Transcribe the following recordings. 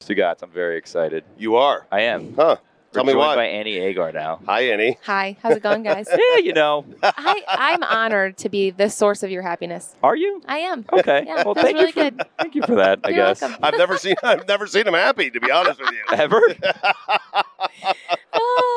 Sugats, I'm very excited. You are. I am. Huh. Tell We're me joined why. by Annie Agar now. Hi, Annie. Hi, how's it going, guys? Yeah, you know. I, I'm honored to be the source of your happiness. Are you? I am. Okay. Yeah, well, feels thank really you. For, good. Thank you for that. I You're guess. welcome. I've never seen I've never seen him happy, to be honest with you. Ever? Ah.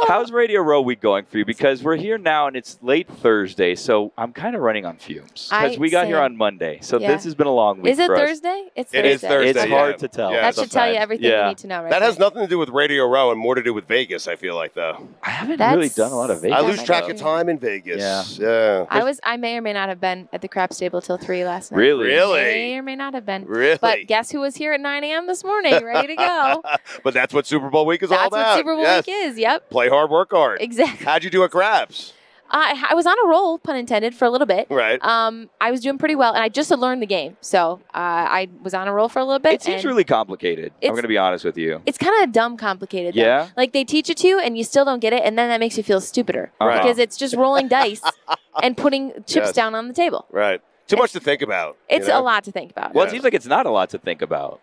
How's Radio Row Week going for you? Because we're here now and it's late Thursday, so I'm kind of running on fumes because I- we got here same. on Monday. So Yeah. this has been a long week. Is it for us. Thursday? It's It is Thursday. It's yeah. hard to tell. Yeah. That should tell you sometimes. everything Yeah. you need to know, right? That has there. nothing to do with Radio Row and more to do with Vegas, I feel like, though. I haven't That's- really done a lot of Vegas. I Yeah, lose I track know. of time in Vegas. Yeah. I was. I may or may not have been at the crap stable till three last night. Really? Really? May or may not have been. Really? But guess who was here at 9 a.m. this morning, ready to go? But that's what Super Bowl week is all That's about. what Super Bowl Yes. week is. Yep, Play hard, work hard. exactly. How'd you do at Grabs? I, I was on a roll, pun intended, for a little bit. Right. Um, I was doing pretty well, and I just had learned the game, so uh, I was on a roll for a little bit. It seems and really complicated. I'm It's- going to be honest with you. It's kind of dumb, complicated. though. Yeah. Like they teach it to you, and you still don't get it, and then that makes you feel stupider Uh-huh. because it's just rolling dice and putting chips Uh, Yes. down on the table. Right. Too much to think about. you It's know? a lot to think about. Well, it Yeah. seems like it's not a lot to think about.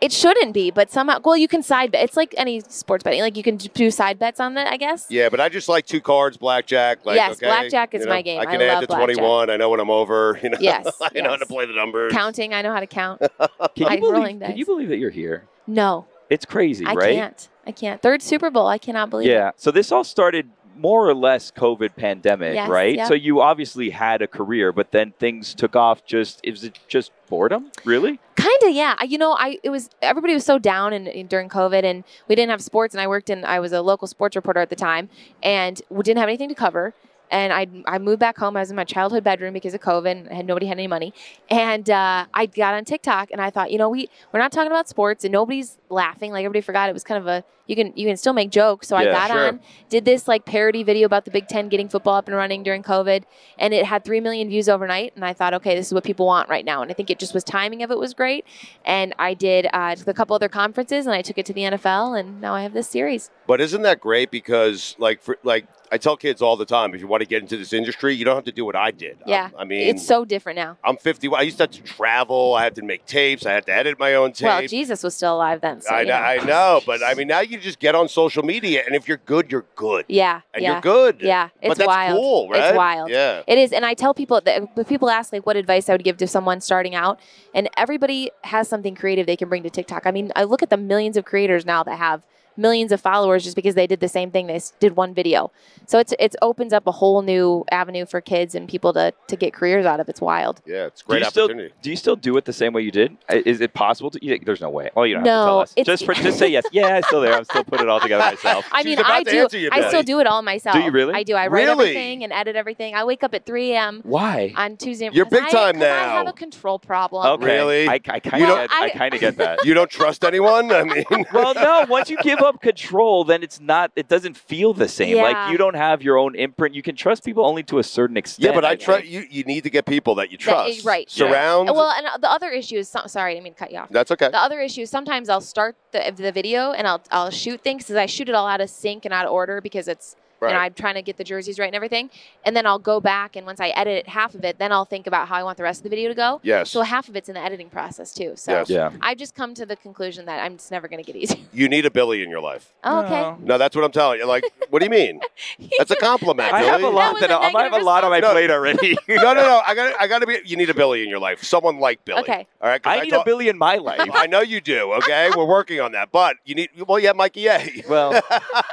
It shouldn't be, but somehow, well, you can side bet. It's like any sports betting. Like you can do side bets on that, I guess. Yeah, but I just like two cards, blackjack. Like, Yes, okay, blackjack is you know, my game. I I can add love to blackjack. 21. I know when I'm over. You know, Yes, I know how yes. to play the numbers. Counting, I know how to count. Can you, I'm believe, rolling can dice. you believe that you're here? No, It's crazy, I right? can't. I can't. Third Super Bowl, I cannot believe it. Yeah. So this all started more or less COVID pandemic, Yes, right? yep. So you obviously had a career, but then things took off. Just is it just boredom? Really? Kind of, yeah. I- You know, I it was everybody was so down and, and during COVID, and we didn't have sports. And I worked in I was a local sports reporter at the time, and we didn't have anything to cover. And I I moved back home. I was in my childhood bedroom because of COVID, and I had nobody had any money. And uh, I got on TikTok, and I thought, you know, we we're not talking about sports, and nobody's laughing. Like everybody forgot it was kind of a you can you can still make jokes. So Yeah, I got sure. on, did this like parody video about the Big Ten getting football up and running during COVID, and it had 3 million views overnight and i thought okay this is what people want right now and i think it just was timing of it was great and i did uh, took a couple other conferences and i took it to the nfl and now i have this series But isn't that great? Because like, for, like I tell kids all the time, if you want to get into this industry, you don't have to do what I did. I'm- Yeah. I mean, it's so different now I'm 50. I used to have to travel. I had to make tapes. I had to edit my own tape. well jesus was still alive then so I, you know. know, I know, but I mean, now you just get on social media, and if you're good, you're good, yeah and yeah you're good. yeah it's but that's wild cool, right? it's wild Yeah, It is, and I tell people that when people ask like what advice I would give to someone starting out, and everybody has something creative they can bring to TikTok. I mean, I look at the millions of creators now that have millions of followers just because they did the same thing. They s- did one video, so it's it opens up a whole new avenue for kids and people to to get careers out of. It's wild. yeah, it's a Do you great still- opportunity. Do you still do it the same way you did? I- Is it possible to? You, there's no way. Oh, you don't have to tell No, us. it's- Just for, just say yes. Yeah, I'm still there. I'm still putting it all together myself. I She's mean, about I to do. answer you, I still Billy. do it all myself. Do you really? I do. I write Really? everything and edit everything. I wake up at 3 a.m. Why? on Tuesday. You're 'cause big I- time 'cause I now. have a control problem. Okay. Really? I, I kind You of don't- get, I, I- kind of get that. you don't trust anyone. I mean, well, no. Once you give up control, then it's not. It doesn't feel the same. Like Yeah. you don't have your own imprint. You can trust people only to a certain extent. yeah, but I think. trust you. You need to get people that you That- eh, trust. right. Yeah. Surround. Well, and uh, the other issue is so- sorry, I didn't mean to cut you off. that's okay. The other issue is sometimes I'll start the, the video and I'll, I'll shoot things because I shoot it all out of sync and out of order because it's Right. you know I'm trying to get the jerseys right and everything. And then I'll go back and once I edit half of it, then I'll think about how I want the rest of the video to go. yes. So half of it's in the editing process too. So Yes. Yeah. I've just come to the conclusion that I'm just never going to get easier. you need a Billy in your life. Oh, okay. No. No, that's what I'm telling you. Like, what do you mean? That's a compliment. I Billy. have a lot was that a I I have a negative lot on my response. plate already. No, no, no. I got. to I got to be. You need a Billy in your life. Someone like Billy. Okay. All right. 'cause I need a talk- Billy in my life. I know you do. Okay, we're working on that. But you need. Well, yeah, Mikey. Yeah. well,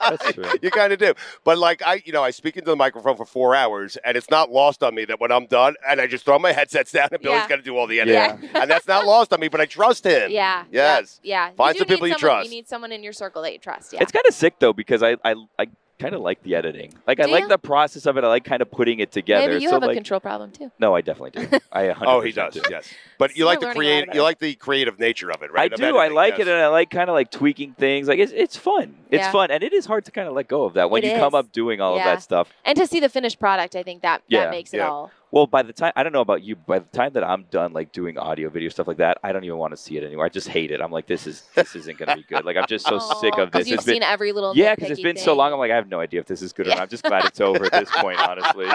that's true. you kind of do. But like I, you know, I speak into the microphone for four hours, and it's not lost on me that when I'm done, and I just throw my headsets down, and Billy's Yeah. gonna do all the Yeah. editing, and that's not lost on me. But I trust him. Yeah. Yes. Yeah. yeah. Find do some need people you someone- trust. You need someone in your circle that you trust. Yeah. It's kind of sick though because I I, I kind of like the editing. Like I Do like you? the process of it. I like kind of putting it together. Maybe you so have a like, control problem too. no, I definitely do. I 100% Oh, he does. Do. Yes. But you Still like the learning a lot create. about You it. like the creative nature of it, right? I Of do. I editing, like it, yes. and I like kind of like tweaking things. Like it's it's fun. It's Yeah. fun, and it is hard to kind of let go of that when It you come is. up doing all of Yeah. that stuff. And to see the finished product, I think that Yeah, that makes yeah. it all. Well, by the time I don't know about you, by the time that I'm done like doing audio, video stuff like that, I don't even want to see it anymore. I just hate it. I'm like, this is this isn't going to be good. Like I'm just so sick of 'cause this. You've It's been- seen every little yeah, because it's nitpicky been so thing. long. I'm like, I have no idea if this is good or Yeah. not. I'm just glad it's over at this point, honestly.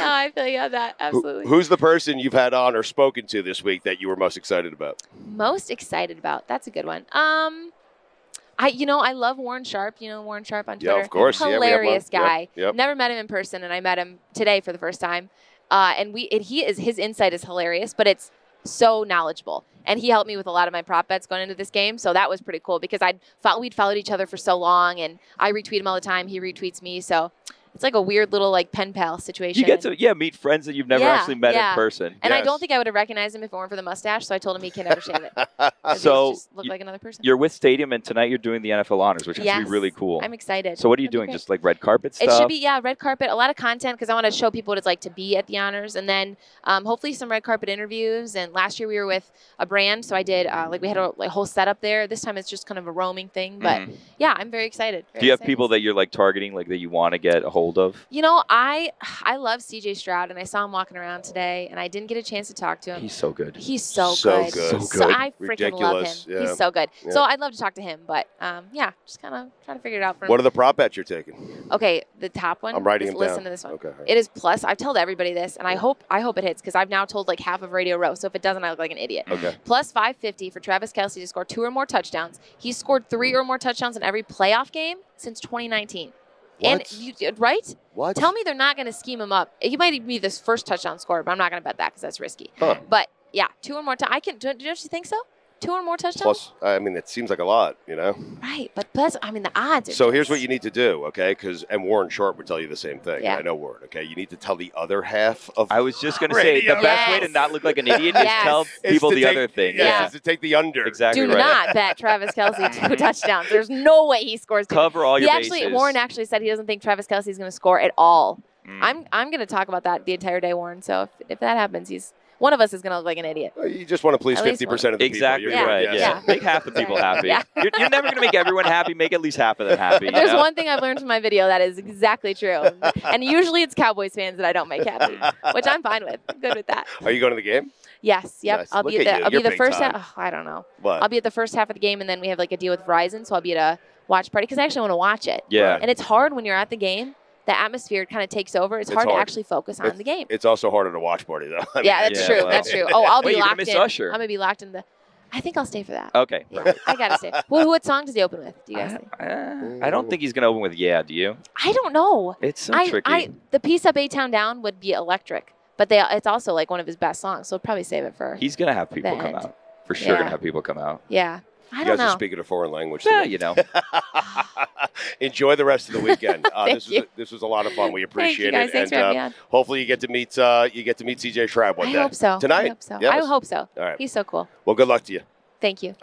No, I feel you on that. Who- Absolutely. who's the person you've had on or spoken to this week that you were most excited about? most excited about? That's a good one. Um, I you know I love Warren Sharp. You know Warren Sharp on Yeah, Twitter. of course. Yeah, we have one. Hilarious Yep, guy. yep. Never met him in person, and I met him today for the first time. Uh, and we it, he is his insight is hilarious, but it's so knowledgeable. And he helped me with a lot of my prop bets going into this game, so that was pretty cool because I'd fo- we'd followed each other for so long, and I retweet him all the time. He retweets me, so it's like a weird little like pen pal situation. You get to yeah meet friends that you've never Yeah, actually met yeah. in person. and I yes. don't think I would have recognized him if it weren't for the mustache. So I told him he can never shave it. 'cause he So, just looked you- like another person. You're with Stadium, and tonight you're doing the NFL Honors, which is gonna Yes. be really cool. I'm excited. so what are you That'd be doing? great. Just like red carpet stuff? It should be yeah, red carpet, a lot of content because I want to show people what it's like to be at the honors, and then um, hopefully some red carpet interviews. And last year we were with a brand, so I did uh, like we had a like, whole setup there. This time it's just kind of a roaming thing, but Mm-hmm. Mhm. yeah, I'm very excited. do you have people that you're like targeting, like that you want to get a hold of? you know I I love CJ Stroud, and I saw him walking around today, and I didn't get a chance to talk to him. He's so good. He's so, So good. good. So good. I freaking Ridiculous, love him. yeah. He's so good. Yeah. So I'd love to talk to him, but um, yeah, just kind of trying to figure it out for him. What are the prop bets you're taking? okay, the top one. I'm writing just them down. Listen to this one. Okay. all right. It is plus. I've told everybody this, and I hope I hope it hits because I've now told like half of Radio Row. So if it doesn't, I look like an idiot. Okay. Plus 550 for Travis Kelsey to score two or more touchdowns. He's scored three or more touchdowns in every playoff game since 2019. And What? you right? What? Tell me they're not going to scheme him up. He might even be this first touchdown scorer, but I'm not going to bet that because that's risky. Huh. But yeah, two or more. T- I can. Don't, don't you think so? Two or more Plus, touchdowns. I mean, it seems like a lot, you know. Right, but plus, I mean, the odds. Are So here's just- what you need to do, okay? Because and Warren Short would tell you the same thing. Yeah. I know Warren. Okay, you need to tell the other half of I was just gonna say the Radio. best way Yes. to not look like an idiot Yes. is tell It's people to the take- other thing. Yeah, Yeah. it's to take the under. Exactly Do right. not bet Travis Kelsey two touchdowns. There's no way he scores two Cover all he your actually bases. Warren actually said he doesn't think Travis Kelsey is going to score at all. Hmm. Mm. I'm I'm going to talk about that the entire day, Warren. So if, if that happens, he's one of us is going to look like an idiot. Well, You just want to please At least fifty percent of the Exactly people. You're right. good, Yeah. yes. Yeah. Make half the people happy. Yeah. You're, you're never going to make everyone happy. Make at least half of them happy. you If there's know? one thing I've learned from my video, that is exactly true. and usually it's Cowboys fans that I don't make happy, which I'm fine with. I'm good with that. Are you going to the game? Yes, yep. Nice. I'll Look be at at the you. I'll be You're the big first. time. half- oh, I don't know. I'll What? be at the first half of the game, and then we have like a deal with Verizon, so I'll be at a watch party because I actually want to watch it. yeah. And it's hard when you're at the game. The atmosphere kind of takes over. It's, It's hard, to hard. actually focus on It's- the game. It's also harder to watch party though. I mean, yeah, that's Yeah, true. wow. That's true. Oh, I'll be Wait, you're gonna locked miss in. Usher. I'm gonna be locked in the. I think I'll stay for that. Okay. Yeah, I gotta stay. Well, what song does he open with? Do you guys I, think? uh, I don't think he's going to open with yeah. Do you? I don't know. It's so I, tricky. I the piece up A Town Down would be electric, but they it's also like one of his best songs, so I'll probably save it for. he's going to have people The come end. out for sure. Going Yeah. to have people come out. yeah, I you don't guys know. are speaking a foreign language. Yeah, today. you know. Enjoy the rest of the weekend. Uh, Thank this was you. a, this was a lot of fun. We Thank you appreciate guys. it, Thanks and for having uh, me on. hopefully you get to meet uh, you get to